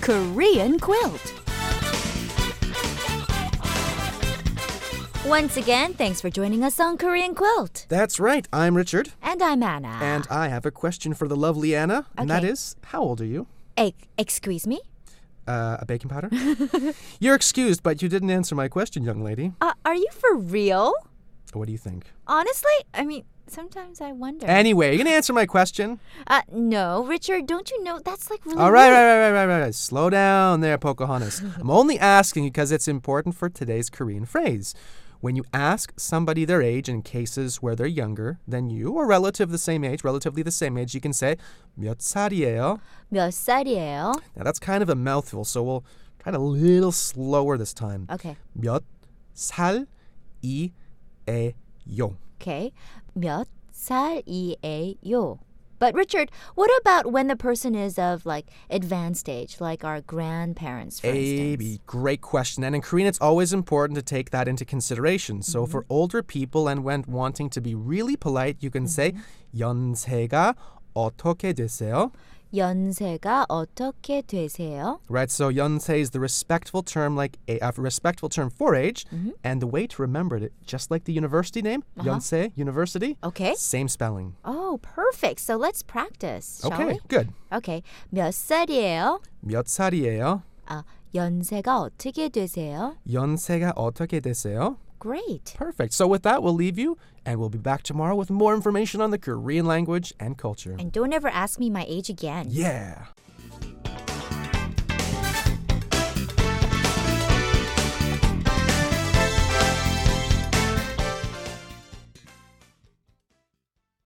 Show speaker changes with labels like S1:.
S1: Korean quilt. Once again, thanks for joining us on Korean Quilt.
S2: That's right. I'm Richard,
S1: And I'm Anna.
S2: and I have a question for the lovely Anna, and that
S1: Okay.
S2: is, how old are you?
S1: Eh, excuse me?
S2: Uh, a baking powder? You're excused, but you didn't answer my question, young lady.
S1: Uh, are you for real?
S2: What do you think?
S1: Honestly, I mean, sometimes I wonder.
S2: Anyway, you gonna answer my question?
S1: uh, no, Richard, don't you know that's like really
S2: All right,
S1: rude.
S2: right, right, right, right, right. Slow down there, Pocahontas. I'm only asking because it's important for today's Korean phrase. When you ask somebody their age in cases where they're younger than you or relative the same age, relatively the same age, you can say 몇 살이에요?
S1: 몇 살이에요?
S2: Now that's kind of a mouthful, so we'll try it a little slower this time.
S1: Okay.
S2: 몇 e, 살이에요?
S1: Okay. 몇 살이에요? But Richard, what about when the person is of like advanced age, like our grandparents, for instance?
S2: AB, great question. And in Korean, it's always important to take that into consideration. So for
S1: Mm-hmm.
S2: older people and when wanting to be really polite, you can say
S1: Mm-hmm.
S2: 연세가 어떻게 되세요?
S1: 연세가 어떻게 되세요?
S2: Right, so 연세 is the respectful term, like a uh, respectful term for age,
S1: Mm-hmm.
S2: and the way to remember it, just like the university name, 연세 University,
S1: Uh-huh. Okay.
S2: same spelling.
S1: Oh, perfect. So let's practice, shall
S2: okay,
S1: we?
S2: good.
S1: Okay. 몇 살이에요?
S2: 몇 살이에요?
S1: 아, 연세가 어떻게 되세요?
S2: 연세가 어떻게 되세요?
S1: Great.
S2: Perfect. So with that, we'll leave you, and we'll be back tomorrow with more information on the Korean language and culture.
S1: And don't ever ask me my age again.
S2: Yeah.